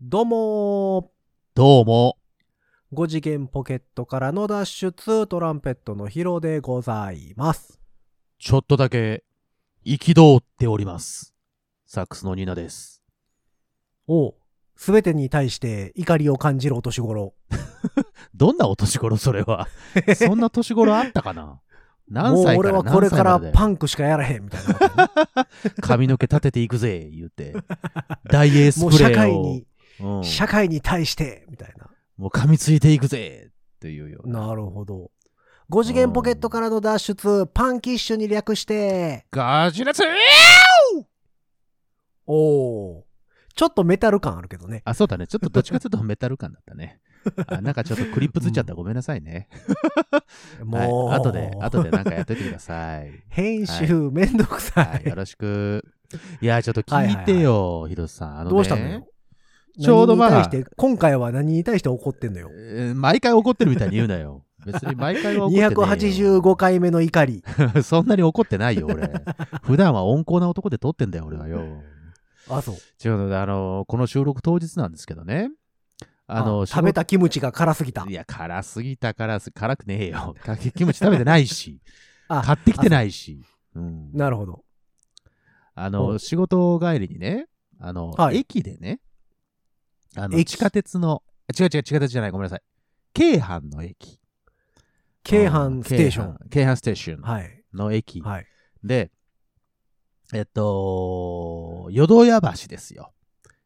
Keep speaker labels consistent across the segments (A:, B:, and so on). A: どうもー
B: どうも、
A: 5次元ポケットからの脱出トランペットのヒロでございます。
B: ちょっとだけ、憤っております。サックスのニーナです。
A: おう、すべてに対して怒りを感じるお年頃。
B: どんなお年頃それ は。そんな年頃あったかな何
A: もう
B: 歳か
A: 俺
B: ら
A: はこれか
B: 何歳
A: ら
B: まで
A: パンクしかやらへんみたいなこと ね、
B: 髪の毛立てていくぜ、言うて。ダイエース
A: もう
B: プ
A: 社
B: レー
A: 会
B: を。
A: に、
B: うん
A: 社会に対して、みたい
B: もう噛みついていくぜ、っていうような。
A: な。なるほど。5次元ポケットからの脱出、パンキッシュに略して、
B: ガジラツ
A: おう、ちょっとメタル感あるけどね。
B: あ、そうだね。ちょっとどっちかというとメタル感だっ たね。あなんかちょっとクリップついちゃった。ごめんなさいね。
A: もう、
B: はい、後で、後でなんかやっといてください。
A: 編集めんどくさ
B: はいい、よろしく。いや、ちょっと聞いてよ、ヒロさん。あのね
A: どうしたのよ
B: ちょうどまあ
A: 何に対して、今回は何に対して怒ってんのよ
B: え。ー毎回怒ってるみたいに言うなよ。別に毎回は怒って ない。
A: 285。回目の怒り。
B: そんなに怒ってないよ、俺。普段は温厚な男で撮ってんだよ、俺はよ。
A: あ、そう。
B: ちょうど、あの、この収録当日なんですけどね。 あの、
A: 食べ
B: た
A: たキムチが辛すぎた
B: い。や、辛すぎたからす、辛くねえよ。かきキムチ食べてないし。
A: あ
B: 買ってきてないし。うん。
A: なるほど。
B: あ
A: う
B: の、
A: ん
B: 仕事帰りにね、あの、
A: はい
B: 駅でね、あの、
A: 駅
B: 地下鉄の、違う違う地下鉄じゃない、ごめんなさい。京阪の駅。
A: 京阪ステーショ
B: うん
A: ン。。
B: 京阪京阪ステーション
A: はい。
B: の駅。
A: はい。
B: で、えっと、淀屋橋ですよ。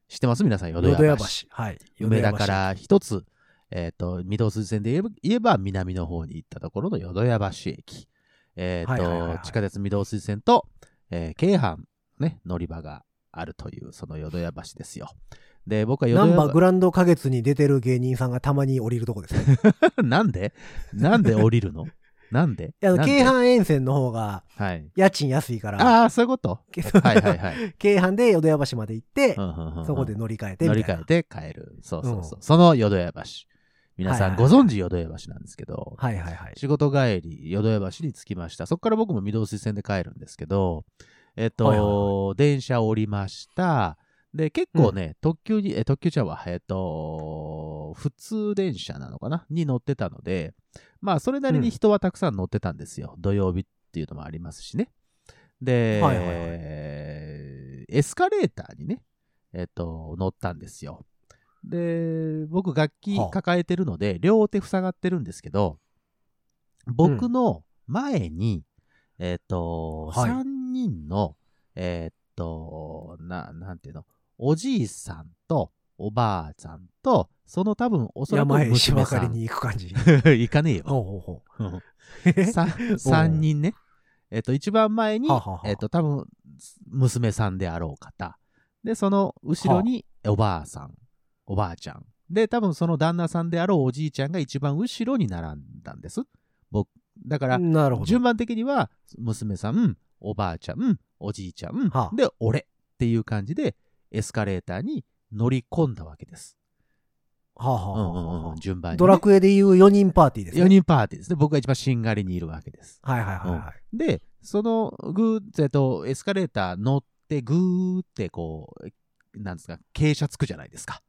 B: 知ってます皆さん、淀
A: 淀
B: 屋
A: 屋
B: 橋。
A: 橋。はい。
B: 梅田
A: 淀屋橋
B: から一つ、えっと、御堂筋線で言えば言えば南の方に行ったところの淀屋橋駅。えっ
A: はいはいはいはい
B: と、地下鉄御堂筋線と、えー京阪、ね、乗り場があるという、その淀屋橋ですよ。で、僕は
A: ナ
B: 淀
A: ン
B: 屋
A: バ
B: 橋
A: ーグランド花月に出てる芸人さんがたまに降りるとこですね。
B: なんでなんで降りるのなんで
A: あの、
B: なんで
A: 京阪沿線の方が
B: はい。
A: 家賃安いから、
B: ああ、そういうこと
A: けど
B: はいはいはい。
A: 京阪で淀屋橋まで行って
B: う、んうんうんうん
A: そこで乗り換えてみ
B: 乗
A: たいな。
B: り換えて帰る。そうそうそうう。その淀屋橋。皆さ
A: は
B: ん
A: いは
B: ご
A: い
B: 存知淀屋橋なんですけど、
A: はいはいはい。
B: 仕事帰り、淀屋橋に着きました。そこから僕も御堂筋線で帰るんですけど、えっと、
A: はいはい
B: 電車降りました。で、結構ね、特急に、え、特急車は、えっと、普通電車なのかなに乗ってたので、まあ、それなりに人はたくさん乗ってたんですよ。土曜日っていうのもありますしね。で、
A: はいはいはい
B: エスカレーターにね、えっと、乗ったんですよ。で、僕楽器
A: はあ
B: 抱えてるので、両手塞がってるんですけど、僕の前に、えっ、と、
A: はい
B: 3人の、えっ、と、な、なんていうの、おじいさんと、おばあちゃんと、その多分、おそらく
A: 山へ芝
B: 娘
A: 刈
B: さ
A: り
B: ん。
A: に行く感 じ。
B: 行かねえよ。
A: ほうほうほう。
B: さ三人ね。えっと、一番前に
A: はあはあは、あ
B: えっと、多分、娘さんであろう方。で、その後ろに、おばあさん、おばあちゃん。で、多分その旦那さんであろうおじいちゃんが一番後ろに並んだんです。僕、だから、
A: なるほど。
B: 順番的には、娘さん、おばあちゃん、おじいちゃん、
A: はあ
B: で、俺っていう感じで、エスカレーターに乗り込んだわけです。
A: はあはあ
B: うん
A: は
B: う
A: あはあ
B: んうん、順番にね。
A: ドラクエでいう4人パーティーですね。
B: 4人パーティーですね。僕が一番しんがりにいるわけです。
A: はいはいはいはい。
B: で、その、ぐーえっと、エスカレーター乗って、ぐーってこう、なんですか、傾斜つくじゃないですか。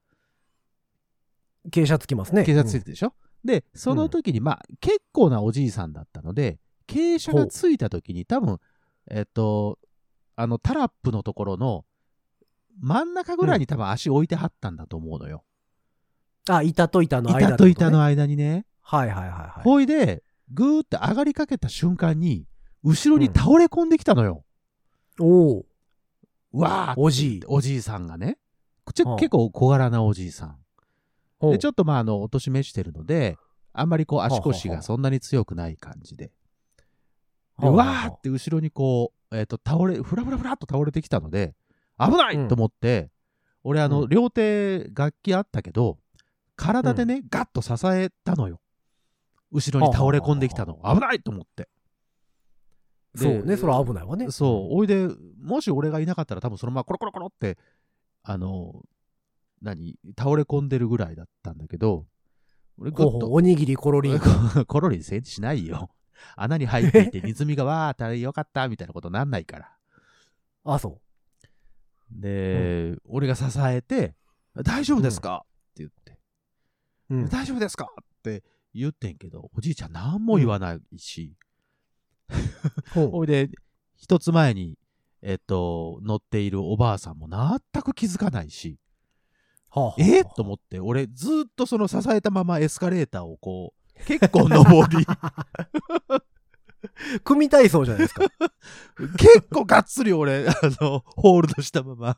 A: 傾斜つきますね。
B: 傾斜つ
A: て。
B: いてるでしょ、で、その時に、まあ、結構なおじいさんだったので、傾斜がついた時に、多分、えっと、あの、タラップのところの、真ん中ぐらいに多分足置いてはったんだと思うのよ。
A: あ、板と板の間
B: 板と板の
A: 間。
B: 間にね。
A: はいはいはいはい。
B: ほいで、ぐーって上がりかけた瞬間に、後ろに倒れ込んできたのよ。
A: おお。
B: うわーって
A: おじい
B: おじいさんがね。ち
A: うん
B: ょ結構小柄なおじいさん。
A: ほう
B: で、ちょっとまあ、あの、お年めしてるので、あんまりこう足腰
A: はあはあはあ
B: がそんなに強くない感じで。で
A: はあ
B: うわ
A: はあはあ
B: ーって後ろにこう、えっ、と、倒れ、ふらふらふらっと倒れてきたので、危な
A: うん
B: いと思って、俺、あの、
A: うん
B: 両手楽器あったけど、体でね、ガッと支えたのよ。後ろに倒れ込んできたの。危ないと思って。で
A: そうね、それは危ないわね。
B: そう。おいで、もし俺がいなかったら多分そのままコロコロコロって、あの、何、倒れ込んでるぐらいだったんだけど、俺
A: ほ
B: グ
A: う
B: ッ
A: ほう
B: と、
A: おにぎりコロリン。
B: コロリせんしないよ。穴に入って いて、ネズミがわーったらよかったみたいなことなんないから。
A: あ、そ
B: で、俺が支えて、大丈夫ですか、って言って、
A: うん。
B: 大丈夫ですかって言ってんけど、おじいちゃん何も言わないし、
A: ほう
B: ほいで、一つ前に、えっと、乗っているおばあさんも全く気づかないし、
A: はあはあ
B: えーと思って、俺ずーっとその支えたままエスカレーターをこう、結構上り、
A: 組体操じゃないですか。
B: 結構がっつり俺、 あの、ホールドしたまま、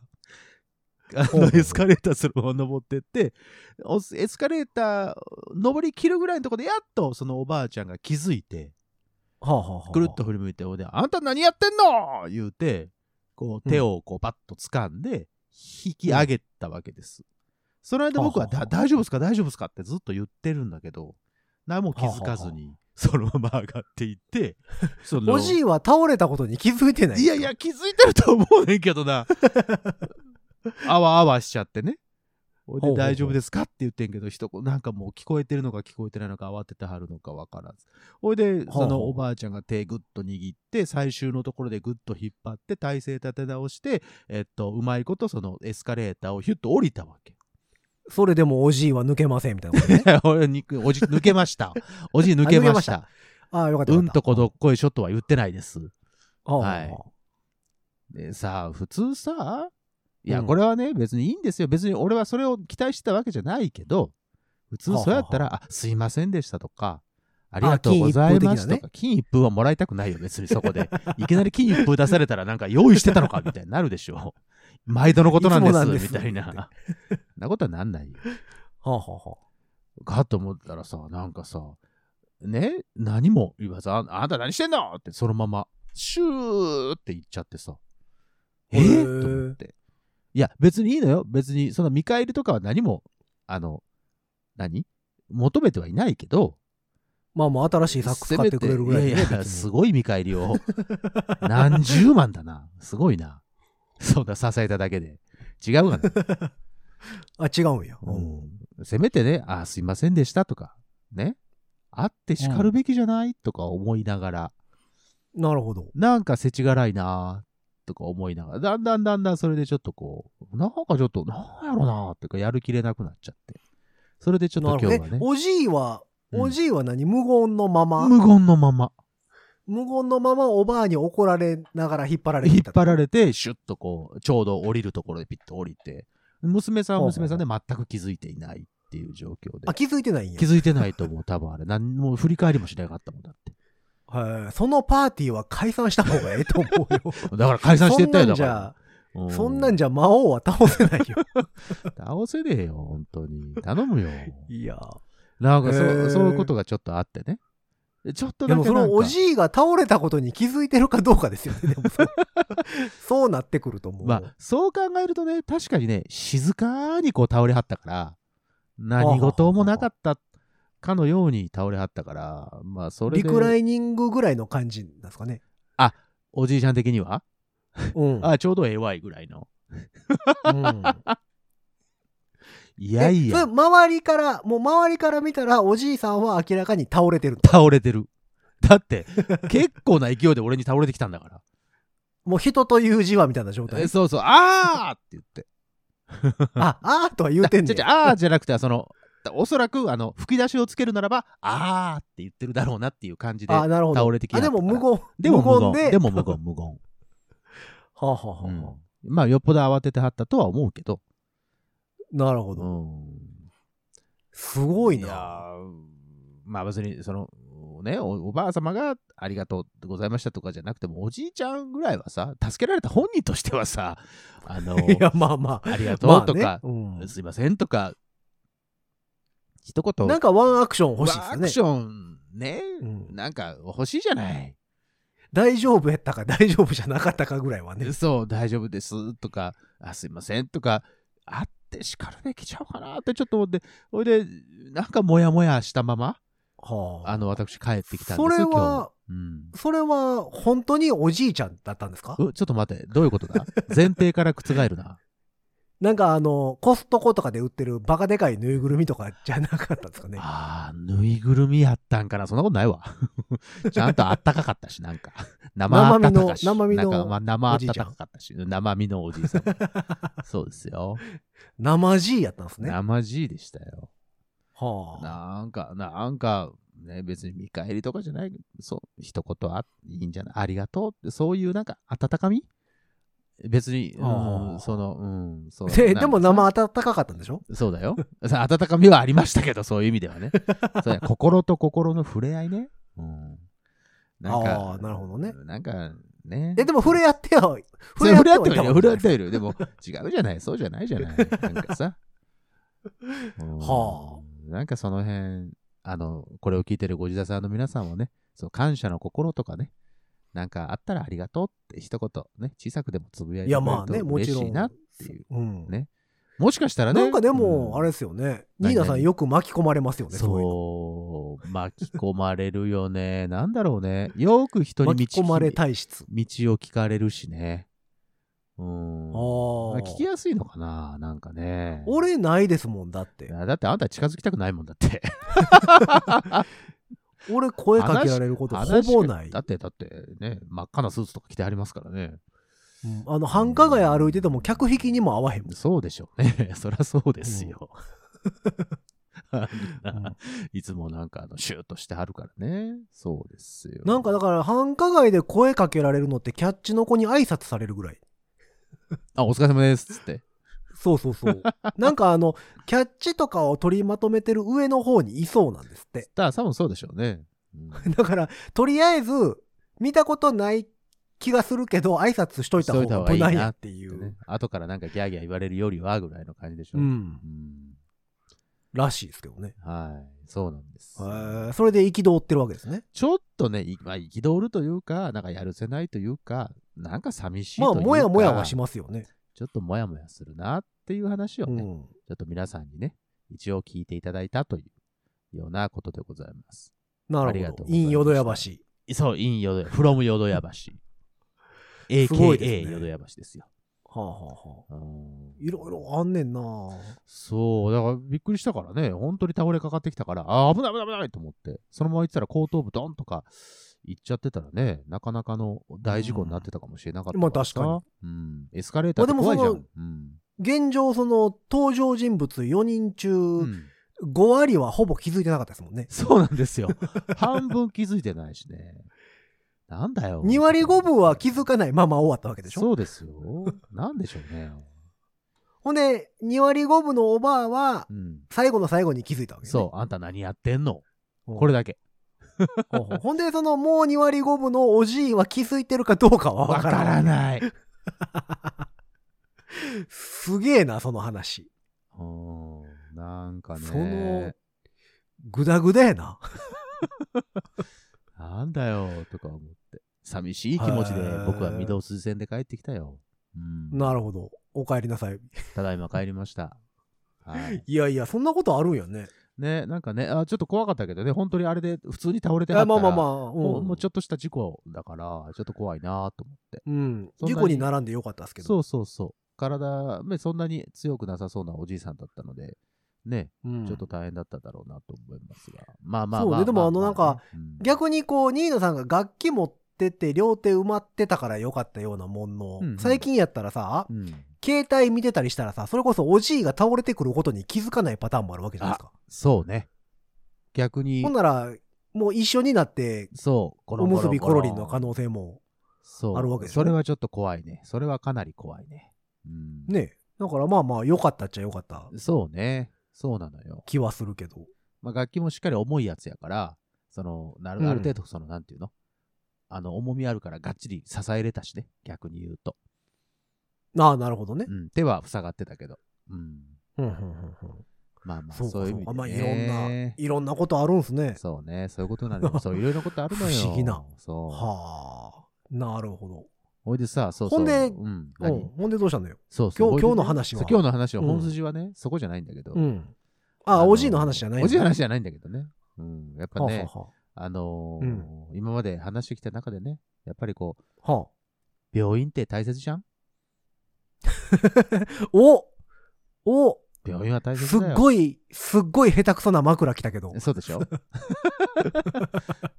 B: あ
A: ほうほう
B: の、
A: ほう
B: エスカレーターするまま登ってって、おエスカレーター登り切るぐらいのところで、やっとそのおばあちゃんが気づいて、
A: はあはあはあ
B: くるっと振り向いて、俺、あんた何やってんの言うて、こう、
A: うん
B: 手をこう、バッと掴んで、引き上げたわけです。その間僕は、
A: はあはあ
B: だ大丈夫ですか大丈夫ですかってずっと言ってるんだけど、何も気づかず
A: はあ
B: に、そのまま上がってい って、その
A: おじいは倒れたことに気づいてない。
B: いやいや、。気づいてると思うねんけ どな。あわあわしちゃってね。ほい
A: ほうほう
B: で
A: ほう
B: 大丈夫ですかって言ってんけど、人、なんかもう聞こえてるのか聞こえてないのか慌ててはるのかわからず。ほいで、
A: ほう
B: そのおばあちゃんが手ぐっと握って、最終のところでぐっと引っ張って、体勢立て直して、えっと、うまいことそのエスカレーターをヒュッと降り たわけ。
A: それでもおじいは抜けませんみたいな ことね。
B: 俺肉、おじ、抜けました。おじ抜けました。
A: あああ、よかった。
B: う
A: よかっ
B: ん
A: た
B: とこどっこいショットは言ってないです。
A: はあ
B: はいでさあ、普通さ、いや、
A: うん
B: これはね、別にいいんですよ。別に俺はそれを期待してたわけじゃないけど、普通
A: はあ
B: そうやったら、あ、すいませんでしたとか、ありがとうございますとか、金一封はもらいたくないよ、別にそこで。 いきなり金一封出されたら、なんか用意してたのか、みたいになるでしょ。毎度のことなんで
A: いつも
B: す、
A: なんです
B: みたいな。なことはなんないよ。
A: はあはあはあ
B: かと思ったらさ、なんかさ、ね、何も言わず、ああんた何してんのって、そのまま、シューって言っちゃってさ、え
A: へ
B: ー、
A: ー
B: と思って。いや、別にいいのよ。別に、その見返りとかは何も、あの、何求めてはいないけど、
A: まあもう新しいサックス買ってくれるぐらい
B: せ
A: で
B: め
A: ね
B: ていやいや、
A: 別
B: す
A: に
B: ごい見返 りを。何十万だな。すごいな。そんな支えただけで。違うがな。
A: あ、違うんや。うん
B: うん、せめてね、あーすいませんでしたとか、ね、あって叱るべきじゃない、とか思いながら、
A: なるほど。
B: なんか世知辛いなとか思いながら、だんだんだんだんそれでちょっとこう、なんかちょっと、なんやろなってか、やる気れなくなっちゃって。それでちょっ
A: な
B: と
A: るほど
B: 今日はね
A: え、おじいは、
B: うん
A: おじいは何無言のまま、
B: 無言のまま、
A: 無言のままおばあに怒られながら引っ張られて
B: 引っ張ら
A: れ
B: れて、シュッとこう、ちょうど降りるところでピッと降りて、娘さんは娘さんで全く気づいていないっていう状況で
A: あ、。気づいてないんや。
B: 気づいてないと思う、多分あれ。何も振り返りもしなかったもんだって。
A: はいそのパーティーは解散した方がええと思うよ。
B: だから 解散してったよ、だから。
A: そんなん
B: う
A: じゃ、そんなんじゃ魔王は倒せないよ。
B: 倒せねえよ、本当に。頼むよ。
A: いや。
B: なんか
A: へ
B: そ、
A: ー
B: そういうことがちょっとあってね。ちょっと
A: で
B: だけ
A: も
B: な
A: そ
B: んか
A: のおじいが倒れたことに気づいてるかどうかですよね。でも そうそうなってくると思う。
B: まあ、そう考えるとね、確かにね、静かにこう倒れはったから、何事もなかったかのように倒れはったから、まあ、それ
A: リクラ
B: で、
A: イニングぐらいの感じなんですかね。
B: おじいちゃん的には、
A: うん。
B: あ、ちょうどええわいぐらいの。
A: うん
B: いやい
A: えそれ
B: や、
A: 周りから、もう周りから見たら、おじいさんは明らかに倒れてる。
B: 倒れてる。だって、結構な勢いで俺に倒れてきたんだから。
A: もう人という字はみたいな状態
B: え。そうそう、あーって言って。
A: あ、あーとは言うてんね
B: じゃ
A: ん
B: じゃあーじゃなくて、その、おそらく、あの、吹き出しをつけるならば、あーって言ってるだろうなっていう感じで、
A: あー、なるほど。
B: 倒れてき
A: あ、
B: やが
A: で
B: った
A: も
B: から
A: 無言。
B: でも無言
A: で。
B: でも無言、無言。
A: はあ、はあはあ
B: うんまあ、よっぽど慌ててはったとは思うけど。
A: なるほど。すごい
B: いや
A: な。
B: ーまあ、別に、その、ねお、おばあ様がありがとうございましたとかじゃなくても、おじいちゃんぐらいはさ、助けられた本人としては さ、あの、
A: いや、まあまあ。
B: ありがと
A: ま
B: う
A: あ
B: と
A: ね
B: か、
A: うん
B: すいませんとか、一言、
A: なんかワンアクション欲しい
B: ワンア
A: で
B: ク
A: す
B: シ
A: よね。
B: ョンね、
A: うん
B: なんか欲しいじゃない。
A: 大丈夫やったか大丈夫じゃなかったかぐらいはね。
B: そう、大丈夫ですとか、あすいませんとか、あってしかるべきちゃうかなってちょっと思って、ほいで、なんかモヤモヤしたまま、
A: はあ
B: あの、私帰ってきたんです
A: それ
B: 今日
A: は、
B: うん
A: それは本当におじいちゃんだったんですか
B: うちょっと待って、どういうことだ前提から覆るな。
A: なんかあの、コストコとかで売ってるバカでかいぬいぐるみとかじゃなかったです かね。
B: ああ、ぬいぐるみやったんかな。そんなことないわ。 ちゃんとあったかかったし、なんか。生あったかし。
A: 生身の
B: なんかまあ生あ
A: お
B: っ
A: じい
B: た
A: ちゃん
B: かかったし。生身のおじい さん。そうですよ。
A: 生 G やったんですね。は
B: 生 G でしたよ。
A: あ。
B: なんか、なんか、ね、別に見返りとかじゃない、そう、一言あいいんじゃない、ありがとうって、そういうなんか、温かみ別に、
A: あー
B: うん、その、うん、そう。
A: で、でも生
B: あ
A: 温かかったんでしょ
B: そうだよ。 さ温かみはありましたけど、そういう意味で はね。そうや心と心の触れ合いね。うん。
A: あーなるほどね。
B: なんか、ね。
A: え、でも触れ合ってよ。
B: それ触れ合ってはい
A: た
B: る
A: も
B: よ。
A: ん
B: 触れ
A: ね
B: 合ってはいる。でも、違うじゃない。そうじゃないじゃない。なん かさ。うん
A: は
B: なんかその辺、あの、これを聞いてるご自宅さんの皆さんもね、そう感謝の心とかね、なんかあったらありがとうって一言、ね、小さくでもつぶやい
A: い
B: て
A: や、
B: くれ
A: まあ
B: る
A: ね、
B: と
A: もち
B: 嬉
A: ろ
B: し
A: ん。
B: いなっていう。
A: うん。
B: ねもしかしたらね。
A: なんかで
B: う
A: も、
B: ん
A: あれですよね。ニ
B: 何
A: ーナさん
B: 何
A: よく巻き込まれますよね、そういうの
B: そう、巻き込まれるよね。なんだろうね。よく人に道
A: 巻き込まれ
B: 聞き
A: 体質。
B: 道を聞かれるしね。うん。
A: ああ。
B: まあ聞きやすいのかななんかね。
A: 俺ないですもん、だっ
B: い
A: て。
B: やだってあんた近づきたくないもんだって。
A: 俺声かけられることほぼない。
B: だって、だってね、真っ赤なスーツとか着てありますからね。
A: うんあの、繁華街歩いてても客引きにも合わへんもん。
B: そうでしょうね。 そりゃそうですよ。あん
A: う
B: な
A: ん
B: いつもなんかあのシューッとしてはるからね。そうですよ。
A: なんかだから繁華街で声かけられるのってキャッチの子に挨拶されるぐらい。
B: あ、お疲れ様ですっつって。
A: そうそうそう。なんかあの、キャッチとかを取りまとめてる上の方にいそうなんですって。
B: だから多分そうでしょうね。うん
A: だから、とりあえず、見たことない気がするけど、挨拶しといた方が無難やってい
B: でね
A: う。
B: 後からなんかギャーギャー言われるよりはぐらいの感じでしょ
A: う
B: う。
A: ん
B: う。ん
A: らしいですけどね。
B: はい。そうなんです
A: え。ーそれで憤ってるわけですね。
B: ちょっとね、いまあ、憤るというか、なんかやるせないというか、なんか寂しいとい
A: ま
B: う
A: あ、
B: か、
A: もやもやはしますよね。
B: ちょっともやもやするなっていう話を
A: う
B: ね、ち
A: ん。
B: ょっと皆さんにね、一応聞いていただいたというようなことでございます。
A: な
B: あり
A: る
B: が
A: ほ
B: と
A: ど
B: う。ございまし
A: イ
B: た
A: ンヨドヤ橋。
B: そう、インヨドヤ、from ヨドヤ橋。
A: すごいです
B: AKA
A: ね
B: ヨドヤ橋ですよ。
A: はあはあはあ。
B: うん
A: いろいろあんねんな
B: そう、だからびっくりしたからね、本当に倒れかかってきたから、あー危ない危ない危ないと思って、そのまま行ってたら後頭部ドンとか行っちゃってたらね、なかなかの大事故になってたかもしれなかったからさ、
A: うんまあ
B: うん、エスカレーターって怖いじゃ
A: まあ
B: ん。
A: でも現状、その、登場人物4人中、
B: うんうん
A: 5割はほぼ気づいてなかったですもんね。
B: そうなんですよ。 半分気づいてないしね。なんだよ。
A: 2割5分は気づかないまま終わったわけでしょ
B: そうですよ。なんでしょうね。
A: ほんで、2割5分のおばあは
B: う、ん。
A: 最後の最後に気づいたわけね。
B: そう、あんた何やってんの
A: うん。
B: これだけ。
A: ほう ほうほんで、その、もう2割5分のおじいは気づいてるかどうかは
B: わ
A: わ
B: か
A: からな
B: ら
A: い。
B: ない。
A: すげえな、その話。
B: うん。なんかね。
A: その、ぐだぐだやな。
B: なんだよ、とか思って。寂しい気持ちで僕は御堂筋線で帰ってきたよ。うん、
A: なるほど。お帰りなさい。
B: ただいま帰りました。はい、
A: いやいや、そんなことあるんやね。
B: ね、なんかねあ、ちょっと怖かったけどね、本当にあれで普通に倒れて
A: あ
B: は
A: まあ
B: った
A: ま
B: ら
A: あまあ、
B: もう
A: うん
B: もうちょっとした事故だから、ちょっと怖いなと思って。
A: うん。
B: そんなに
A: 事故に並んでよかったですけど。
B: そうそうそう。体、ね、そんなに強くなさそうなおじいさんだったので、ね、
A: うん
B: ちょっと大変だっただろうなと思いますが。まあまあ
A: そうね
B: まあまあまあ、
A: でもあのなんか
B: うん、
A: 逆にこう、ニーナさんが楽器持ってて、両手埋まってたからよかったようなもんの、
B: うんうん
A: 最近やったらさ
B: う、ん
A: 携帯見てたりしたらさ、それこそおじいが倒れてくることに気づかないパターンもあるわけじゃないですか。
B: そうね。逆に
A: ほん、なら、もう一緒になって、
B: そう、コロ
A: お
B: ンコ
A: む
B: ロン
A: すびコロリン
B: コロ
A: の
B: ン
A: 可能性も、
B: そう
A: あるわけでしょ
B: それはちょっと怖いね。それはかなり怖いね。うん、
A: ね。だからまあまあ、良かったっちゃ良かった
B: そうね。そうなのよ。
A: 気はするけど。
B: まあ、楽器もしっかり重いやつやから、その、なる
A: うん
B: ある程度、その、なんていうのあの、重みあるからがっちり支えれたしね。逆に言うと。
A: ああ、なるほどね
B: う。ん。手は塞がってたけど。うん。
A: うんうんうんうん
B: まあまあ、
A: そうか
B: そういう意
A: そう
B: 味
A: か。まあ、い
B: で、
A: ろんな
B: ね。、
A: いろんなことあるんすね。
B: そうね。そういうことなの よ。そう、いろいろなことあるのよ。
A: 不思議な。
B: そう。
A: はあ。なるほど。
B: ほいでさ、そうそう。
A: ほんで
B: うん。
A: う
B: 何
A: んほんでどうしたのよ。
B: そうそう。
A: 今日
B: ほ
A: 今
B: いでね
A: 日の話は
B: そう今日の話は、本筋はね、そこじゃないんだけど。
A: うん。ああ、
B: の
A: おじいの話じゃないの
B: おじいの話じゃないんだけどね。うん。やっぱ
A: はあ
B: ね、
A: は
B: あのー今まで話してきた中でね、やっぱりこう、
A: あはあ。は
B: 病院って大切じゃん
A: あおお
B: 病院は大切
A: すっ
B: だよ。
A: ごい、すっごい下手くそな枕来たけど。
B: そうでしょ、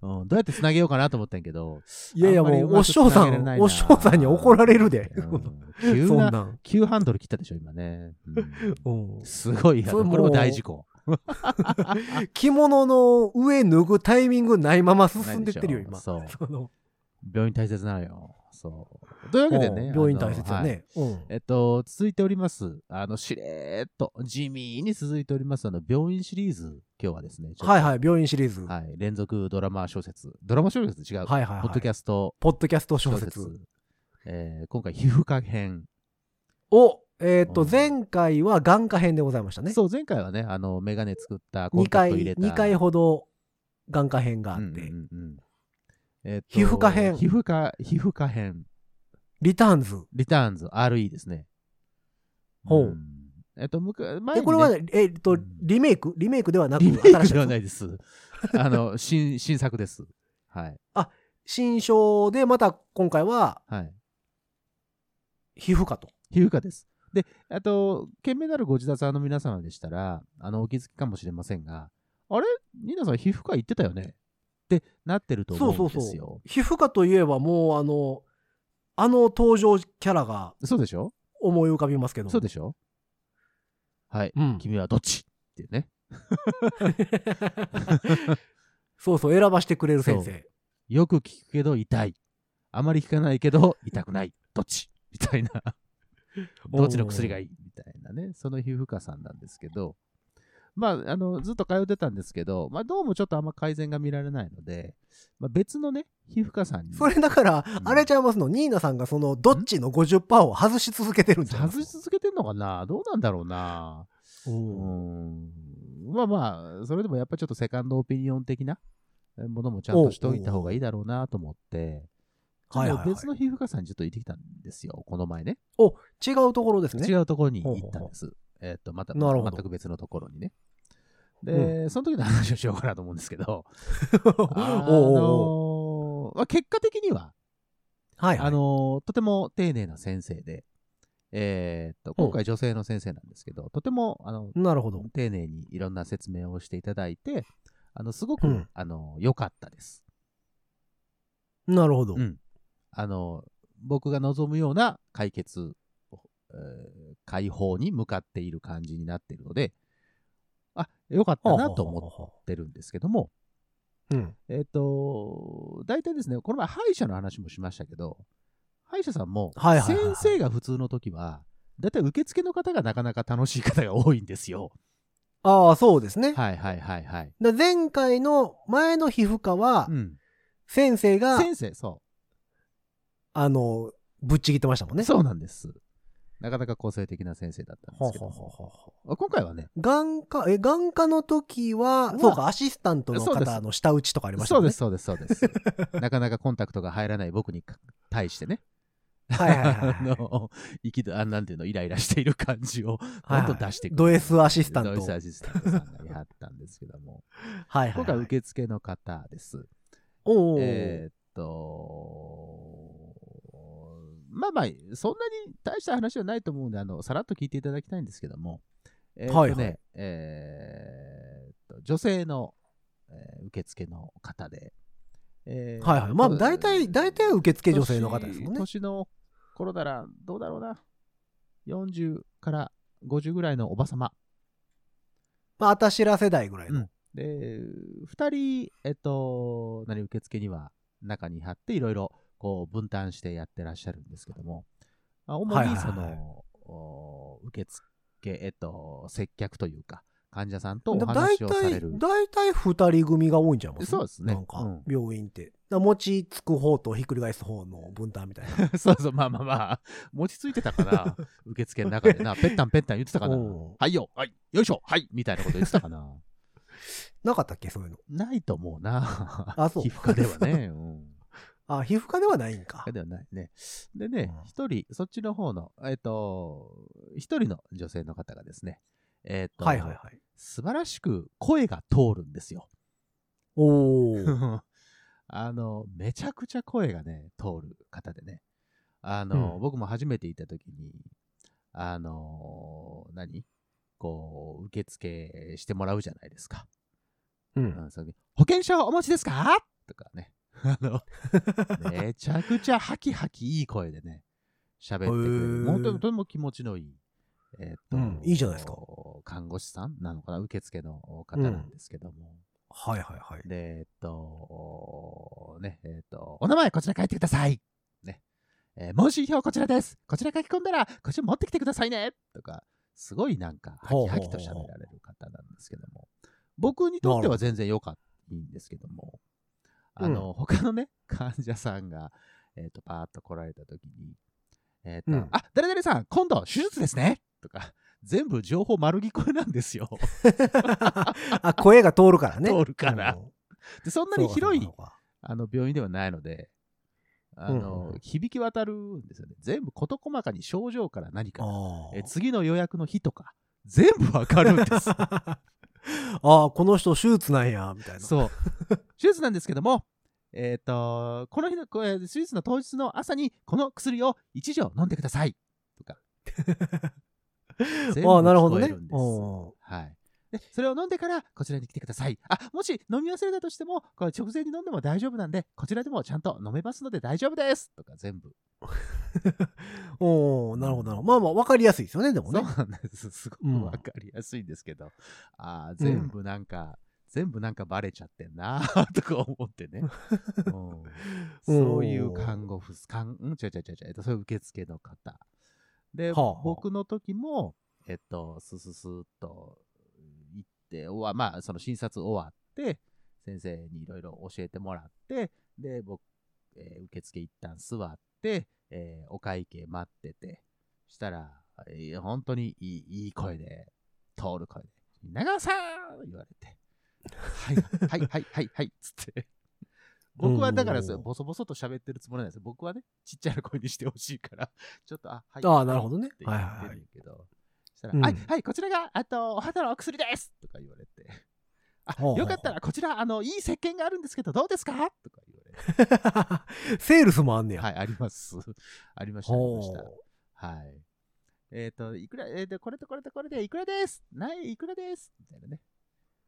B: うん、どうやってつなげようかなと思ったんやけど。
A: いやいや、
B: あんまり
A: も
B: う
A: う、
B: ま
A: お
B: く
A: 師匠さ
B: つなげれない
A: ん、
B: な
A: お師匠さんに怒られるで。
B: うん急
A: そんな
B: な、
A: ん。
B: 急ハンドル切ったでしょ、今ね。うん
A: うん
B: すごいや
A: それ
B: ろ。
A: もう
B: これも大事故。
A: 着物の上脱ぐタイミングないまま進んでってるよ、
B: ないで
A: 今。
B: しょそう
A: の
B: 病院大切なのよ。そう。というわけで
A: う
B: ね。
A: ん病院
B: あの
A: 大切よ
B: はい
A: ね。うん
B: えっと、続いております。あの、しれーっと、地味に続いております、あの、病院シリーズ、今日はですね、ちょっと
A: はいはい、病院シリーズ。はい
B: はい、連続ドラマ小説、ドラマ小説違う、
A: はいはい。
B: ポッドキャスト
A: ポッドキャスト
B: 小
A: 小
B: 説、
A: 説。
B: えー今回、皮膚科編、
A: を、えっと、
B: うん
A: 前回は眼科編でございましたね。
B: そう、前回はね、あの、メガネ作った、コ
A: 2
B: ンタク
A: 回、
B: ト入れた、
A: 2回ほど眼科編があっ
B: うんうん
A: て、
B: うんうんえっと
A: 皮膚科編
B: 皮膚科、皮膚科編、
A: リターンズ。
B: リターンズ、RE ですね。
A: ほうん
B: えっと、むく前にね、
A: で、これは、えっ
B: う
A: と
B: ん、
A: リメイクリメイクで はなく、
B: リメイ
A: 新
B: ク
A: しい
B: ではな
A: やつ
B: いです。あの、新、新作です。はい。
A: 新章で、また今回は、
B: はい。
A: 皮膚科と。
B: 皮膚科です。で、あと、県名なるご自宅の皆様でしたら、あの、お気づきかもしれませんが、あれニーナさん皮膚科行ってたよねってなってると
A: そう
B: 思
A: そ
B: う
A: う
B: ん
A: そ
B: です
A: う
B: よ。。
A: 皮膚科といえば、もう、あの、あの登場キャラが
B: そうでしょ
A: 思い浮かびますけど。
B: そうでしょはい。
A: うん。
B: 君はどっちっていうね。
A: そうそう、選ばしてくれる先生。
B: よく聞くけど痛い。あまり聞かないけど痛くない。どっちみたいな。どっちの薬がいいみたいなね。その皮膚科さんなんですけど。まあ、あの、ずっと通ってたんですけど、まあ、どうもちょっとあんま改善が見られないので、まあ、別のね、皮膚科さんに。
A: それだから
B: う、ん
A: あれちゃいますの、ニーナさんがその、どっちの50%を外し続けてるんじゃない
B: 外し続けてんのかなどうなんだろうなうーん。まあまあ、それでもやっぱちょっとセカンドオピニオン的なものもちゃんとしておいた方がいいだろうなと思って、
A: はいはいはい
B: ちょっと別の皮膚科さんにちょっと行ってきたんですよ、この前ね。
A: お、違うところですね。
B: 違うところに行ったんです。えっ、と、また、
A: なるほ
B: 全
A: ど
B: く別のところにね。で、その時の話をしようかなと思うんですけど、あ
A: おうおうおう
B: のーまあ、結果的には、
A: はいはい。
B: あのーとても丁寧な先生で、えーっと、今回女性の先生なんですけど、とても、あの、
A: なるほど。
B: 丁寧にいろんな説明をしていただいて、あの、すごく、
A: うん
B: あの、良かったです。
A: なるほど。
B: うん。あの、僕が望むような解決、えー解放に向かっている感じになっているので、あ、良かったなと思ってるんですけども、
A: う。うん。
B: えっ、と、大体ですね、この前歯医者の話もしましたけど、歯医者さんも、
A: はい
B: 先
A: はいはいはい
B: 生が普通の時は、大体受付の方がなかなか楽しい方が多いんですよ。
A: ああ、そうですね。
B: はいはいはいはい。
A: だ前回の前の皮膚科は
B: う、ん。
A: 先生が、
B: 先生、そ
A: あの、ぶっちぎってましたもん
B: う。
A: ね。
B: そうなんです。なかなか個性的な先生だったんで
A: ほう
B: すけ
A: ほう
B: ど。
A: ほうほうほう。
B: 今回はね、
A: 眼科、え、眼科の時は、
B: は
A: そうか、アシスタントの
B: そうです
A: 方の下打ちとかありました
B: そ
A: も
B: うん
A: ね。
B: です、そうです、そうです。なかなかコンタクトが入らない僕に対してね、
A: です。はいはいはい
B: あの、生きあなんていうの、イライラしている感じを、
A: はい。
B: どんどん出してくる
A: ド S アシスタント。
B: ド S アシスタントさんがやったんですけども、
A: はいはいは
B: 今回
A: い。
B: 受付の方です。
A: おうおう
B: えーっと、まあまあ、そんなに大した話はないと思うんで、あの、さらっと聞いていただきたいんですけども、えーっとね、
A: はいはい
B: えーっと、女性の、えー受付の方で、えー
A: はいはい。まあ、
B: と
A: 大体、大体受付女性の方ですもんね。
B: 年年の頃なら、どうだろうな。40から50ぐらいのおばさま。
A: まあ、あたしら世代ぐらいの。
B: で、2人、えっと、何、受付には中に貼って、いろいろ、こう、分担してやってらっしゃるんですけども、まあ主
A: はいはい
B: に
A: はい
B: その、お受付、えっと、接客というか、患者さんとお
A: だ大
B: 話をさ
A: 体
B: れる、。
A: 大体二人組が多いんじゃいます
B: そうですね
A: なんか
B: うん、
A: 病院って。だ餅つく方とひっくり返す方の分担みたい な。
B: そうそう、まあまあまあ、持ちついて たから、受付の中でな、ぺったんぺったん言ってたかな。
A: うん
B: はいよ、はい、よいしょ、はい、みたいなこと言ってたかな。
A: なかったっけそういうの。
B: ないと思うな。
A: あそう
B: 皮膚科ではね。うん。
A: あ、皮膚科ではないんか
B: 科。ではないね。でね
A: うん、
B: 一、人、そっちの方の、えっ、と、一人の女性の方がですね、えっ、と、
A: はいはいはい。
B: 素晴らしく声が通るんで すよ。
A: おー。
B: あの、めちゃくちゃ声がね、通る方でね。あの、
A: うん
B: 僕も初めて行った時に、あの何こう、受付してもらうじゃないですか。
A: う。
B: うんんその時保険証お持ちですかとかね。あ の、めちゃくちゃハキハキいい声でね、喋ってくれ
A: へ
B: る。
A: ー
B: 本当にとても気持ちのいい。えーっと、
A: うんいいじゃないですか。
B: 看護師さんなのかな受付の方なんですけども。
A: はいはいはい。
B: で、えっと、ね、えっと、お名前こちら書いてください。ね。えー問診票こちらです。こちら書き込んだら、こちら持ってきてくださいね。とか、すごいなんか、ハ
A: ほう
B: キ
A: ほう
B: ハ
A: ほう
B: キと喋られる方なんですけども。僕にとっては全然良かったんですけども、
A: な
B: あ
A: るほど
B: の、他のね、患者さんが、えっ、と、パーッと来られた時に、えっ、と、
A: うん
B: あ、誰々さん、今度、手術ですねとか、全部情報丸聞こえなんですよ。
A: あ、声が通るからね。
B: 通るから
A: うん。
B: で、そんな
A: そう
B: に
A: か
B: 広い
A: そうか
B: あの病院ではないので、あ
A: うんうん
B: の
A: うん
B: 響き渡るんですよね。全部事細かに症状から何
A: そうか
B: か、
A: あー
B: え次の予約の日とか、全部わかるんで す。
A: あー、この人手術なんや、みたいな。
B: そう。手術なんですけども、えっ、と、この日の、こえー手術の当日の朝に、この薬を1錠飲んでください。とか。全部
A: ああ、なるほど
B: 聞
A: ね
B: こえん。です
A: お
B: はい。で、それを飲んでから、こちらに来てください。あ、もし飲み忘れたとしても、これ直前に飲んでも大丈夫なんで、こちらでもちゃんと飲めますので大丈夫です。とか、全部。
A: ーおーなるほどなるほど。まあまあ、わかりやすいですよね、でも
B: そ
A: ね
B: う。なんです。すご
A: うん
B: くわかりやすいんですけど、ああ、全部なんか、全部なんかバレちゃってんな あとか思って ね。うんそういう看護婦、看うん、違う違う違う違うえっと、そういう受付の方。で、
A: はあはあ
B: 僕の時も、えっと、スススーっと行って、おわまあ、その診察終わって、先生にいろいろ教えてもらって、で、僕、えー受付一旦座って、えーお会計待ってて、したら、えー本当にいいいい声で、通る声で、長川さん言われて、はい、はい、はい、はい、はい、つって。僕はだからそ
A: お
B: う
A: ー
B: ボソボソと喋ってるつもりなんですよ。僕はね、ちっちゃな声にしてほしいから、ちょっと、あ、はい。
A: あーなるほどね
B: って言
A: はいはい
B: っ
A: は
B: て
A: い
B: るけど、したら、
A: うん
B: はい、はい、こちらが、あと、お肌のお薬ですとか言われて、あ
A: ほうほうほ、う
B: よかったら、こちら、あの、いい石鹸があるんですけど、どうですかとか言われ て、
A: セールスもあんねや。
B: はい、あります。ありました、あり
A: ほ
B: まし
A: う
B: た。はい。えっ、と、いくら、えっ、と、これとこれとこれでいくらですない、いくらですみたいなね。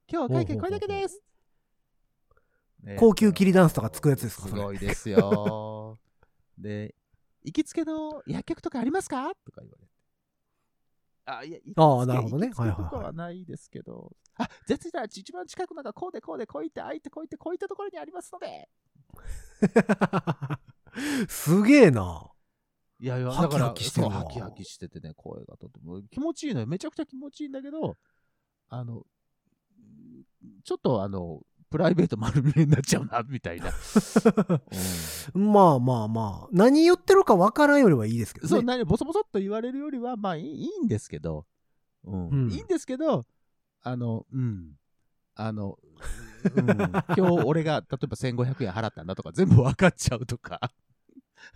B: 今日お会計これだけです
A: 高級キリダンスとかつくやつですか
B: す
A: それ
B: ごいですよ。 で、行きつけの薬局とかありますかとか言われて。あ、いや、行きつけ
A: あーなるほどね
B: 行きつけ
A: は
B: とか
A: いはいは
B: はいないですけど。あ、じゃあ次は一番近くのがこうでこうでこういって、ああいってこういって、こういったところにありますので。
A: すげえな。
B: いやいや、
A: ハ
B: だ
A: キ
B: か
A: ハ
B: ら、
A: キしてる
B: そう
A: な
B: ハキハキしててね、声がとても気持ちいいのよ。めちゃくちゃ気持ちいいんだけど、あの、ちょっとあの、プライベート丸見えになっちゃうな、みた いな。
A: まあまあまあ。何言ってるかわからんよりはいいですけ
B: そ
A: ど
B: う、
A: ね。
B: 何、ボソボソっと言われるよりは、まあいいいいんですけど、うん
A: うん
B: いいんですけど、あの、うん。あの、うん、今日俺が、例えば1500円払ったんだとか、全部分かっちゃうとか。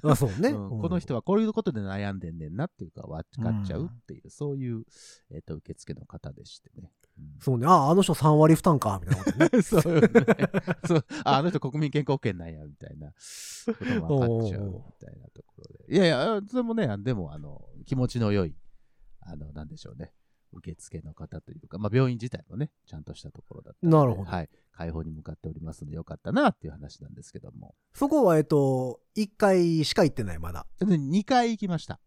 A: あそうね、
B: うんこの人はこういうことで悩んでんねんなっていうか、わかっちゃうっていう、そういう、えっと受付の方でしてね。
A: そうね。ああ、あの人3割負担か、みたいなことね。
B: うん そうよねそう ああの人国民健康保険なんやみたいなことも分かっちゃうみたいなところ でいやいやそれもねあでもあの気持ちの良いあのなんでしょうね受付の方というか、まあ、病院自体もねちゃんとしたところだったので
A: なるほど
B: はい、開放に向かっておりますのでよかったなっていう話なんですけども
A: そこは、えっと、1回しか行ってない、まだ。
B: 2回行きました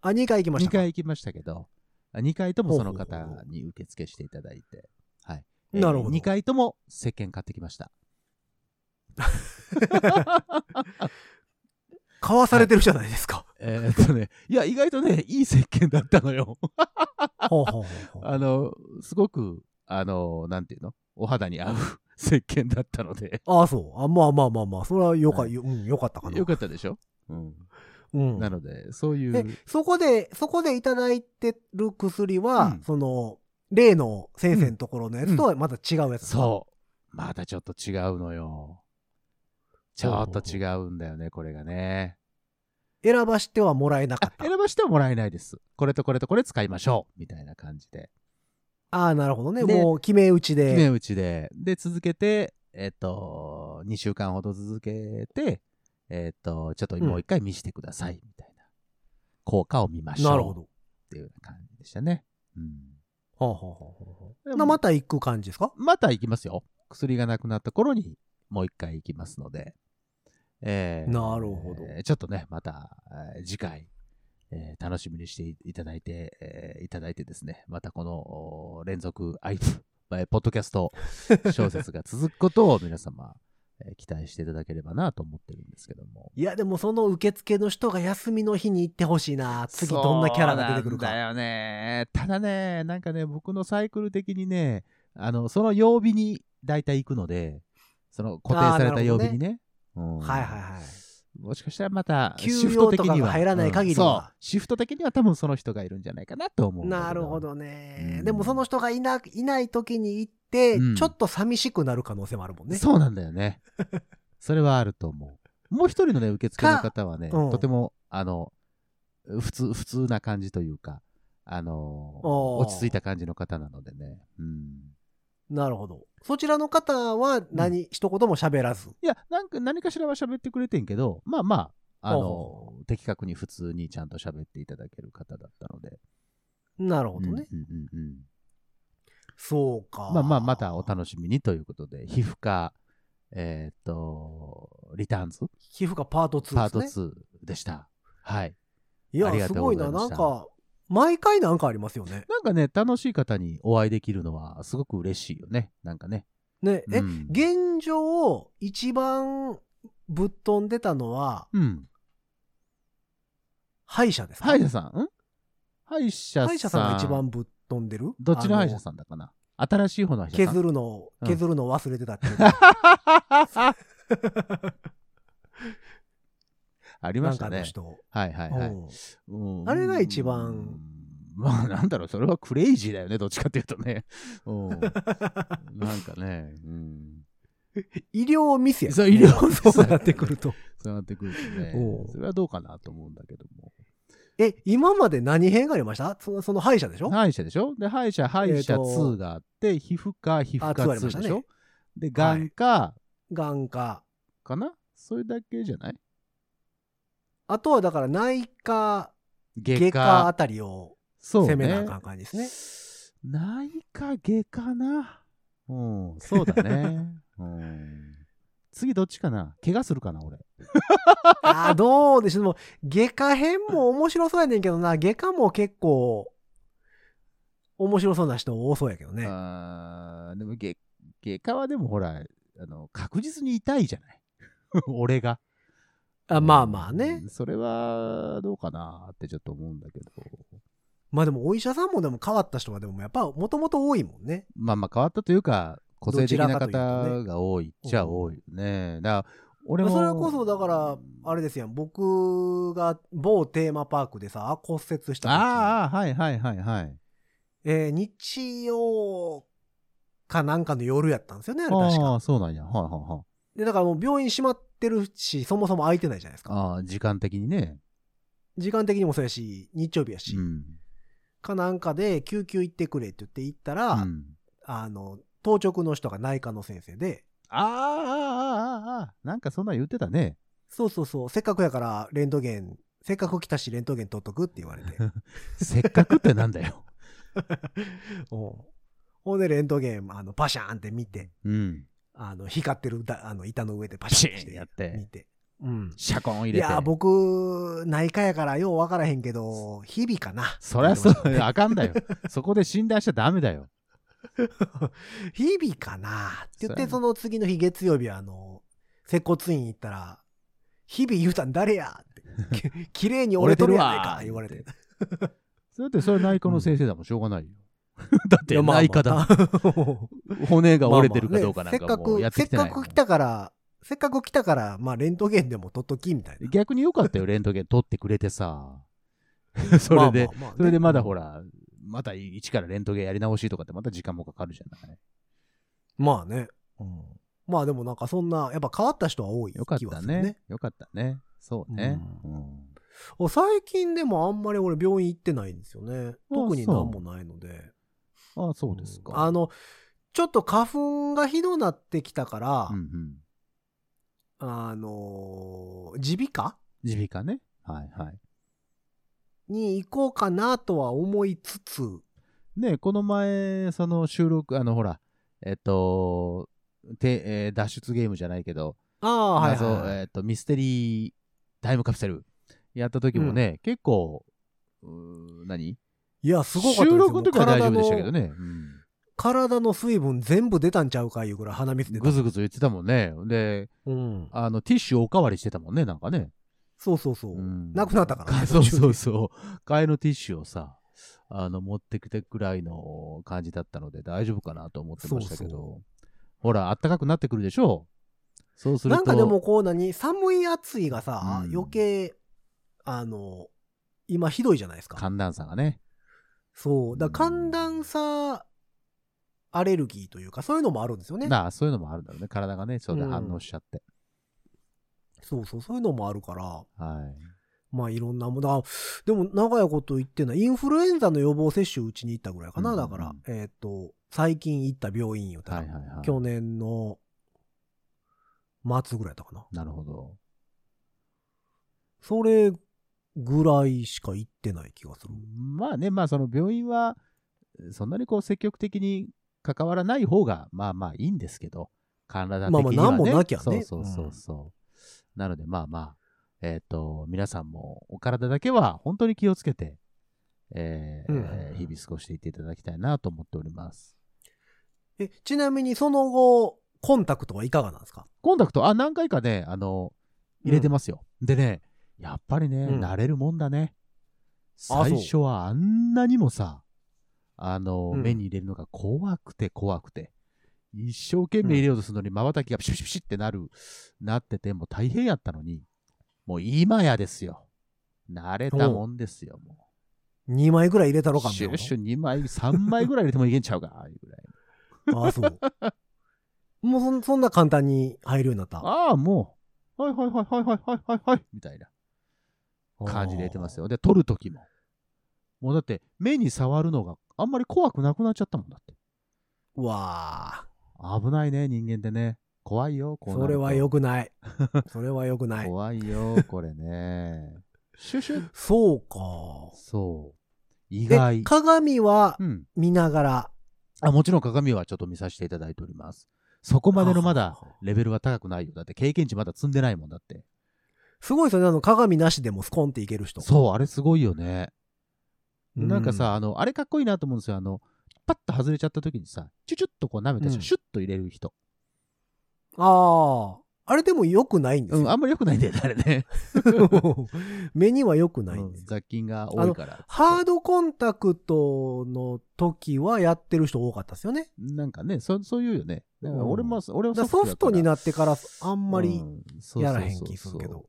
A: あ、2回行きまし
B: 2
A: たか。
B: 回行きましたけど、2回ともその方
A: ほうほうほ
B: に受付していただいて、はい。
A: なるほど
B: 2回とも石鹸買ってきました。
A: 買わされてるじゃないですか。
B: えーっとね、いや、意外とね、いい石鹸だった のよ。
A: ほうほうほうほう
B: あの、すごく、あの、なんていうのお肌に合う 石鹸だったので、
A: ああ、そう。あまあまあまあまあ。それはよか、
B: はい
A: ようん、よかったかな。
B: よかったでしょうん。
A: うん
B: なので、そうい
A: で
B: う、
A: そこで、そこでいただいてる薬は、
B: うん
A: その、例の先生のところのやつとはまた違うやつ、
B: そう、またちょっと違うのよ。ちょっと違うんだよね、これがね。
A: 選ばしてはもらえなか
B: あ
A: った。
B: 選ばしてはもらえないです。これとこれとこれ使いましょうみたいな感じで。
A: ああ、なるほどね。
B: で
A: もう、決め打ち
B: 決め
A: で。
B: 打ちで。で、続けて、えっと、2週間ほど続けて、えっと、ちょっともう一回見してください、みたいな。効果を見ましょう。
A: なるほ。ど。
B: っていうような感じでしたね。うん。
A: はあはあはあはあ、なまた行く感じですか
B: また行きますよ。薬がなくなった頃にもう一回行きますので。えー、
A: なるほど、
B: えーちょっとね、また、えー次回、えー楽しみにしていただいて、えーいただいてですね、またこのお連続アイプ、えーポッドキャスト小説が続くことを皆様、えー期待していただければなと思ってるんですけども。
A: いや、でもその受付の人が休みの日に行ってほしいな。 次どんなキャラが出てくる
B: そう
A: か。
B: なんだよね。ただね、なんかね、僕のサイクル的にね、あの、その曜日に大体行くので、その固定された曜日にね。うん
A: はいはいはい。
B: もしかしたらまた、
A: 休養
B: シフト的に
A: とか
B: は
A: が入らない限り
B: うん
A: は
B: そう。シフト的には多分その人がいるんじゃないかなと思うんだけ
A: なるほ。どね
B: う。ん
A: でもその人がいな、いない時に行って
B: うん、
A: ちょっと寂しくなる可能性もあるもんね。
B: そうなんだよ ね。それはあると思う。もう一人のね、受付の方はね、
A: かうん
B: とても、あの、普通、普通な感じというか、あのー
A: おー
B: 落ち着いた感じの方なのでね。うん。
A: なるほど。そちらの方は何、一言も喋らず。
B: いや、なんか何かしらは喋ってくれてんけど、まあまあ、あ
A: ほう
B: のー的確に普通にちゃんと喋っていただける方だったので。
A: なるほどね。
B: うんうんうんうん
A: そうか。
B: まあまあ、またお楽しみにということで、皮膚科、えーっと、リターンズ、
A: 皮膚科パート2ですね。
B: パート2でした。はい。
A: い
B: あり
A: や、す
B: がとう
A: ご
B: ご
A: い
B: ざい
A: な。
B: ま
A: な
B: し
A: ん
B: た
A: か、毎回なんかありますよね。
B: なんかね、楽しい方にお会いできるのはすごく嬉しいよね。なんかね。
A: ね、え、
B: うん
A: 現状、一番ぶっ飛んでたのは、
B: うん。
A: 歯医者ですか
B: 歯医者さんん歯医者さん。
A: 歯医者さんが一番ぶっ飛んでる
B: どっちの歯医者
A: ん
B: さんだかな新しい方の歯医者さん。
A: 削るの、
B: うん
A: 削るの忘れてたって いう。
B: ありま
A: なん
B: し
A: か
B: た
A: の
B: ね。
A: 人。
B: はいはいはい。
A: うん
B: うん
A: あれが一番。
B: まあなんだろう、それはクレイジーだよね、どっちかっていうとね。 うんなんかね、うん。
A: 医療ミスやね。
B: そう医療ミスだね
A: そうなってくると。
B: そうなってくるとね
A: おう、
B: それはどうかなと思うんだけども。
A: え、今まで何編がありましたそのその歯医者でしょ
B: 歯医者でしょで、歯医者、歯医者
A: えーと
B: 2があって、皮膚科、皮膚科
A: あ2ありまし
B: 2
A: た
B: で
A: ね
B: しょ、で、眼科
A: 眼科。
B: かな、それだけじゃない
A: あとはだから内科、
B: 外
A: 外科あ
B: 科、
A: たりを
B: そうね。
A: 攻めなあかん感じですね。
B: 内科、外科な。うん、そうだ ね。うん、次どっちかな怪我するかな、俺。
A: ああ、どうでしょう。でも、外科編も面白そうやねんけどな、外科も結構、面白そうな人多そうやけどね。
B: あーでも外外科はでもほらあの確実に痛いじゃない 俺が
A: あまあまあね
B: う。んそれはどうかなってちょっと思うんだけど
A: まあでも、お医者さんもでも変わった人はでも、やっぱ、もともと多いもんね。
B: まあまあ変わったというか個性的な
A: どちらかというと
B: 方が多いっちゃ多いよねだから俺も
A: それこそ、だから、あれですやん。僕が某テーマパークでさ、骨折した時
B: ああはいはいはいはい
A: えー日曜かなんかの夜やったんですよね、あれ確
B: あ
A: か。
B: あそうなんやはいはいはい
A: で、だからもう病院閉まってるし、そもそも空いてないじゃないですか。
B: ああ時間的にね
A: 時間的にもそうやし、日曜日やし、
B: うん
A: かなんかで救急行ってくれって言って行ったら、
B: うん
A: あの、当直の人が内科の先生で、
B: ああああああああなんかそんなん言ってたね
A: そうそうそう、せっかくやからレントゲン、せっかく来たしレントゲン取っとくって言われ て。
B: せっかくってなんだよ
A: おうほんでレントゲン、あの、パシャーンって見て、
B: うん
A: あの、光ってるだあの板の上でパシャーンって
B: パシーンやって
A: 見て。うん。
B: シャコン入れ
A: い
B: て
A: やー、僕、内科やからよう分からへんけど、日々かな。
B: そりゃそう、あかんだよ。そこで診断しちゃダメだよ。
A: 日々かなって言っ
B: そうや
A: て、
B: ね
A: その次の日月曜日、あの、接骨院行ったら、日々言うたん誰やって、 き綺麗に折れとるやないか言われて。。
B: それってそれ内科の先生だもん、しょうがないよ。 だって内科だもん。骨 が折れてるかどうかなん
A: まあま
B: かも
A: あ
B: う
A: ね
B: やっ
A: せっ
B: てきてな
A: か
B: い
A: く、せっかく
B: もん
A: 来たから、せっかく来たから、まあ、レントゲンでも取っときみたいな。
B: 逆に良かったよ、レントゲン取ってくれてさ。 それで
A: まあ、まあまあね
B: それでまだほら、また一からレントゲンやり直しとかってまた時間もかかるじゃない。
A: まあね。うんまあでもなんかそんな、やっぱ変わった人は多い気
B: よ
A: は
B: かっ
A: する
B: たね。よかったね。そうね。うん
A: あ最近でもあんまり俺病院行ってないんですよね。
B: あ
A: 特になんもないので。
B: ああ、そうですか。
A: んあの、ちょっと花粉がひどなってきたから
B: うん、うん。
A: あのー、耳鼻科
B: 耳鼻科ね。はいはい。
A: に行こうかなとは思いつつ、
B: ね、この前、その収録、あの、ほら、えっと、てえー脱出ゲームじゃないけど、
A: ああ、はい、
B: 謎
A: はい。
B: えっと、ミステリータイムカプセルやった時もね、結構、うー何
A: いや、すごかったです
B: 収
A: よ
B: 録の時は大丈夫でしたけど。
A: もう
B: ね。
A: 体の体の水分全部出たんちゃうかいうぐらい鼻水
B: うん
A: 出
B: ぐ
A: た。
B: ずぐず言ってたもんね。で、
A: うん。
B: あの、ティッシュおかわりしてたもんね、なんかね。
A: そうそうそう。
B: うん
A: なくなったからね。
B: そうそうそう。替えのティッシュをさ、あの、持ってきてくらいの感じだったので大丈夫かなと思ってましたけど。
A: そう
B: ほら、あったかくなってくるでしょう。そうすると。
A: なんかでもこう何寒い暑いがさ、
B: うん
A: 余計、あの、今ひどいじゃないですか。
B: 寒暖差がね。
A: そう。だから寒暖差アレルギーというか、そういうのもあるんですよね。
B: なあ、そういうのもあるんだろうね。体がね、そうで
A: うん
B: 反応しちゃって。
A: そうそう、そういうのもあるから、
B: はい。
A: まあいろんなもの、あでも長いこと言ってない。インフルエンザの予防接種うちに行ったぐらいかな。
B: うん
A: だから、えっ、と、最近行った病院よ、多分
B: はいはいはい。
A: 去年の末ぐらいだったかな。
B: なるほど。
A: それぐらいしか行ってない気がする。
B: まあね、まあその病院は、そんなにこう積極的に関わらない方が、まあまあいいんですけど、体的には、ね。
A: まあまあなんもなきゃね
B: そうそうそうそう。なのでまあまあ、えっ、と、皆さんもお体だけは本当に気をつけて、えー
A: うん
B: 日々過ごしていっていただきたいなと思っております。
A: え、ちなみにその後、コンタクトはいかがなんですか
B: コンタクト、あ、何回かね、あの、入れてますよ。でね、やっぱりね、
A: うん
B: 慣れるもんだね。
A: あそう
B: 最初はあんなにもさ、あの、
A: うん
B: 目に入れるのが怖くて怖くて、一生懸命入れようとするのに瞬きがピシピシピシってなる、なってて、もう大変やったのに、もう今やですよ。慣れたもんですよ、も
A: ?2 枚ぐらい入れたろ
B: う。
A: かみた
B: シ
A: い
B: ュ
A: な
B: ッシュ2枚、3枚ぐらい入れてもいけんちゃうか、いうぐらい。
A: ああ、そう。もうそんそんな簡単に入るようになった。
B: ああ、もう、はいはいはいはいはいはいはいはい、みたいな。感じで入れてますよ。で、撮るときも。もうだって、目に触るのがあんまり怖くなくなっちゃったもんだって。
A: あー。うわ
B: 危ないね、人間ってね。怖いよ、
A: あ。
B: こうなる
A: そ
B: と
A: れは良く ない。それは良くない。
B: 怖いよ、これ ね。シュシュ
A: そうか。
B: そう。意
A: で、
B: 外。
A: 鏡は
B: うん。
A: 見ながら。
B: あ、もちろん鏡はちょっと見させていただいております。そこまでのまだレベルは高くないよ。だって経験値まだ積んでないもんだって。
A: すごいですよね。あの、鏡なしでもスコンっていける人。
B: そう、あれすごいよね。
A: う
B: なんか、さ、あの、あれかっこいいなと思うんですよ。あの、パッと外れちゃった時にさ、チュチュッとこう舐めて、
A: うん
B: シュッと入れる人。
A: ああ。あれでも良くないんです
B: うん、あ
A: よ。
B: んまり良くないんだよね、あれね。
A: 目には良くない
B: うんん
A: です。
B: 雑菌が多いから。
A: ハードコンタクトの時はやってる人多かったですよね。
B: なんかね、そそういうよね。だから俺も、俺は
A: だからソフトに
B: っ
A: なってからあん
B: あ
A: まりやらへん気するけど。。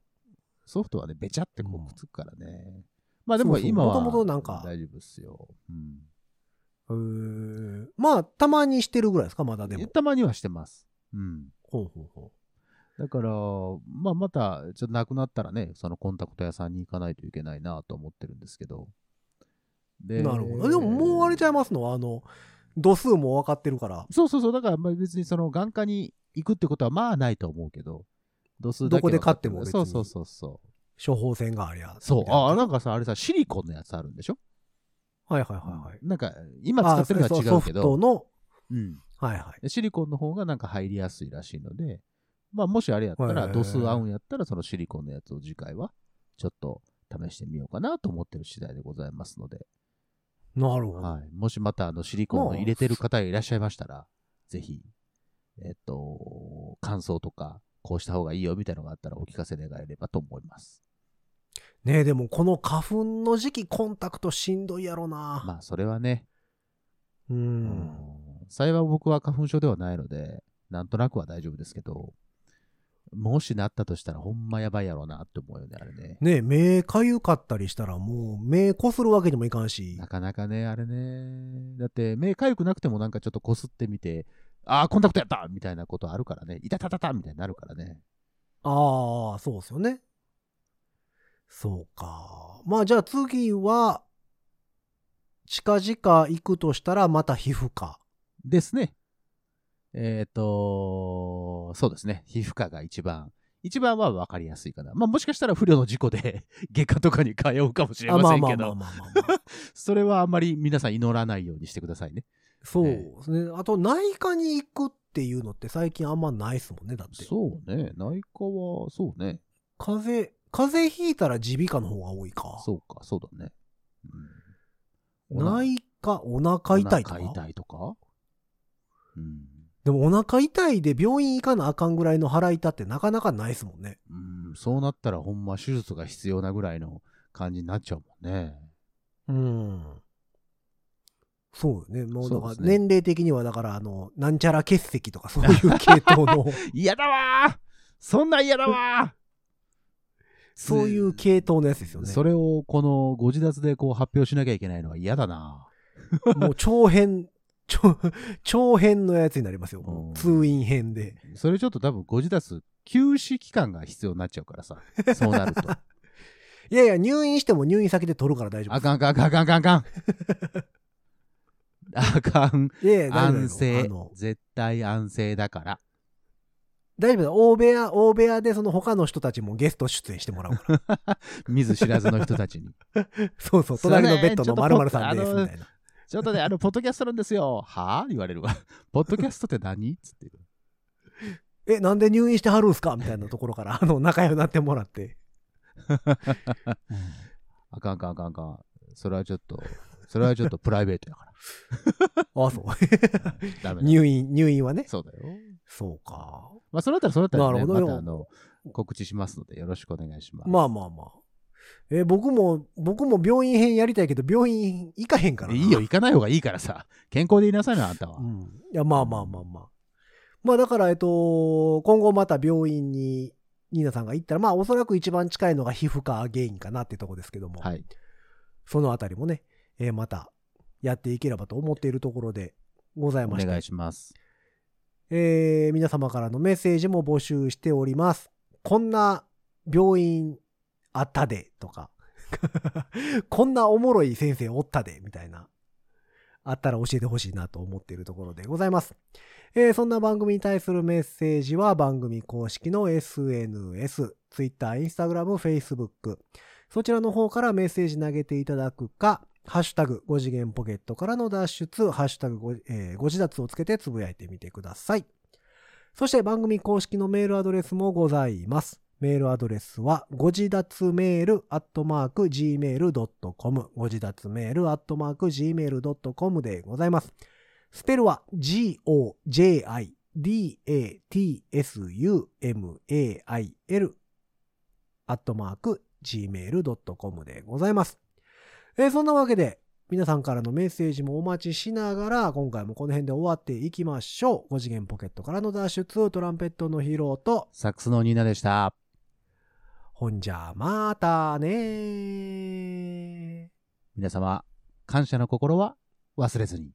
B: ソフトはね、べちゃってこうくっつくからね。まあ
A: そ
B: で
A: うそう
B: も今は、
A: もともとなんか
B: 大丈夫っすよ。うん
A: うーんまあ、たまにしてるぐらいですか、まだでも。
B: たまにはしてます。うん。
A: ほうほうほ
B: だから、まあまた、ちょっとなくなったらね、そのコンタクト屋さんに行かないといけないなと思ってるんですけど。
A: う
B: で
A: なるほど。でも、もうあれちゃいますのあの、度数も分かってるから、
B: そうそうそう、だからまあ別にその眼科に行くってことはまあないと思うけど、度数だけ
A: どこで買って
B: 分
A: も
B: か
A: 別に
B: そうそうそうそう。
A: 処方箋がありゃ。
B: そう、ああ、
A: はい
B: なんかさ、あれさ、シリコンのやつあるんでしょ
A: はいはいはい。
B: なんか、今使ってるのは
A: あ
B: 違
A: そうそ
B: け
A: うソフト
B: ど、
A: の、
B: うん、
A: はいはい。
B: シリコンの方がなんか入りやすいらしいので、まあもしあれやったら、
A: へー
B: 度数合うんやったら、そのシリコンのやつを次回は、ちょっと試してみようかなと思ってる次第でございますので、
A: なるほど。
B: はい、もしまたあのシリコンを入れてる方がいらっしゃいましたら、ぜひ、えっと、感想とか、こうした方がいいよみたいなのがあったらお聞かせ願えればと思います。
A: ねえ、でもこの花粉の時期、コンタクトしんどいやろな。
B: まあ、それはね、
A: う。、
B: うん幸い僕は花粉症ではないので、なんとなくは大丈夫ですけど、もしなったとしたらほんまやばいやろうなって思うよね、あれね。
A: ねえ、目かゆかったりしたら、もう目こするわけにもいかんし
B: な。かなかね、あれね。だって、目痒くなくてもなんかちょっとこすってみて、ああ、コンタクトやったみたいなことあるからね。いたたたたみたいになるからね。
A: ああ、そうですよね。そうか。まあじゃあ次は、近々行くとしたらまた皮膚科。
B: ですね。えっ、と、そうですね。皮膚科が一番一番は分かりやすいかな。まあもしかしたら不慮の事故で 外科とかに通うかもしれ
A: あ
B: ま
A: ま
B: せ
A: あ
B: ん
A: ま
B: け
A: あまあ
B: ど、
A: まあまあまあ、
B: それはあんまり皆さん祈らないようにしてくださいね。
A: そうですね。あと、内科に行くっていうのって最近あんまないですもんね、だって。
B: そうね。内科は、そうね。
A: 風邪、風邪ひいたら耳鼻科の方が多いか。
B: そうか、そうだね。い
A: 内科、お腹痛いと
B: お
A: か。
B: 腹痛いとかうん。
A: でもお腹痛いで病院行かなあかんぐらいの腹痛ってなかなかないですもんね。
B: うん、そうなったらほんま手術が必要なぐらいの感じになっちゃうもんね。
A: うん。そうよね。もうだか
B: そう
A: ら
B: ですね
A: 年齢的にはだからあの、なんちゃら欠席とかそういう系統 の、
B: 嫌だわーそんなん嫌だわ
A: そういう系統のやつですよ
B: ー
A: ね。
B: それをこのご自立でこう発表しなきゃいけないのは嫌だな
A: もう長編、長 長編のやつになりますよ。もう通院編で。
B: それちょっと多分ご自立休止期間が必要になっちゃうからさそうなる と
A: いやいや、入院しても入院先で取るから大丈夫
B: あかんあかんあかんあかんあかんあかんあかん
A: いやいや、大丈夫
B: 安
A: だよ
B: 静
A: あの
B: 絶対安静だから
A: 大丈夫だよ。大部屋、大部屋でその他の人たちもゲスト出演してもらうから。
B: 見ず知らずの人たちに
A: そうそう、
B: そうね
A: 隣のベッドの〇〇さんで
B: ちょ
A: す、
B: っと
A: みたいな。
B: ちょっとねあのポッドキャストなんですよはあ言われるわポッドキャストって何つって
A: え、なんで入院してはるんすかみたいなところから、あの、仲良くなってもらって。
B: あかんあかんあかんあかんそれはちょっ とそれはちょっとプライベートだから
A: あ、そう。
B: ダメだ
A: 入院、入院はね。
B: そうだよ。
A: そうか。
B: まあ、そのあたり、そのあたり、
A: な
B: ね、
A: るほ
B: ま
A: どよ
B: たあの告知しますので、よろしくお願いします。
A: まあまあまあ。え、僕も、僕も病院編やりたいけど、病院行かへんからな。
B: いいよ、行かない方がいいからさ。健康でいなさいな、あんたは。
A: うん。いや、まあまあまあまあ。まあだから、えっと、今後また病院に、ニーナさんが行ったら、まあおそらく一番近いのが皮膚科原因かなってとこですけども、
B: はい。
A: そのあたりもね、えーまたやっていければと思っているところでござい
B: お
A: まして
B: 願いします。
A: えー皆様からのメッセージも募集しております。こんな病院あったでとか、 こんなおもろい先生おったでみたいな、あったら教えてほしいなと思っているところでございます。えーそんな番組に対するメッセージは番組公式の SNS、Twitter、Instagram、Facebook、そちらの方からメッセージ投げていただくか、ハッシュタグ5次元ポケットからの脱出、ハッシュタグ 5,、えーご自立をつけてつぶやいてみてください。そして番組公式のメールアドレスもございます。メールアドレスは、ご自立メールアットマーク gmail.com、ご自立メールアットマーク gmail.com でございます。スペルは g-o-j-i-d-a-t-s-u-m-a-i-l アットマーク gmail.com でございます。えーそんなわけで、皆さんからのメッセージもお待ちしながら、今回もこの辺で終わっていきましょう。5次元ポケットからの脱出、トランペットのヒロと、
B: サックスのニーナでした。
A: ほんじゃまたねー。
B: 皆様、感謝の心は忘れずに。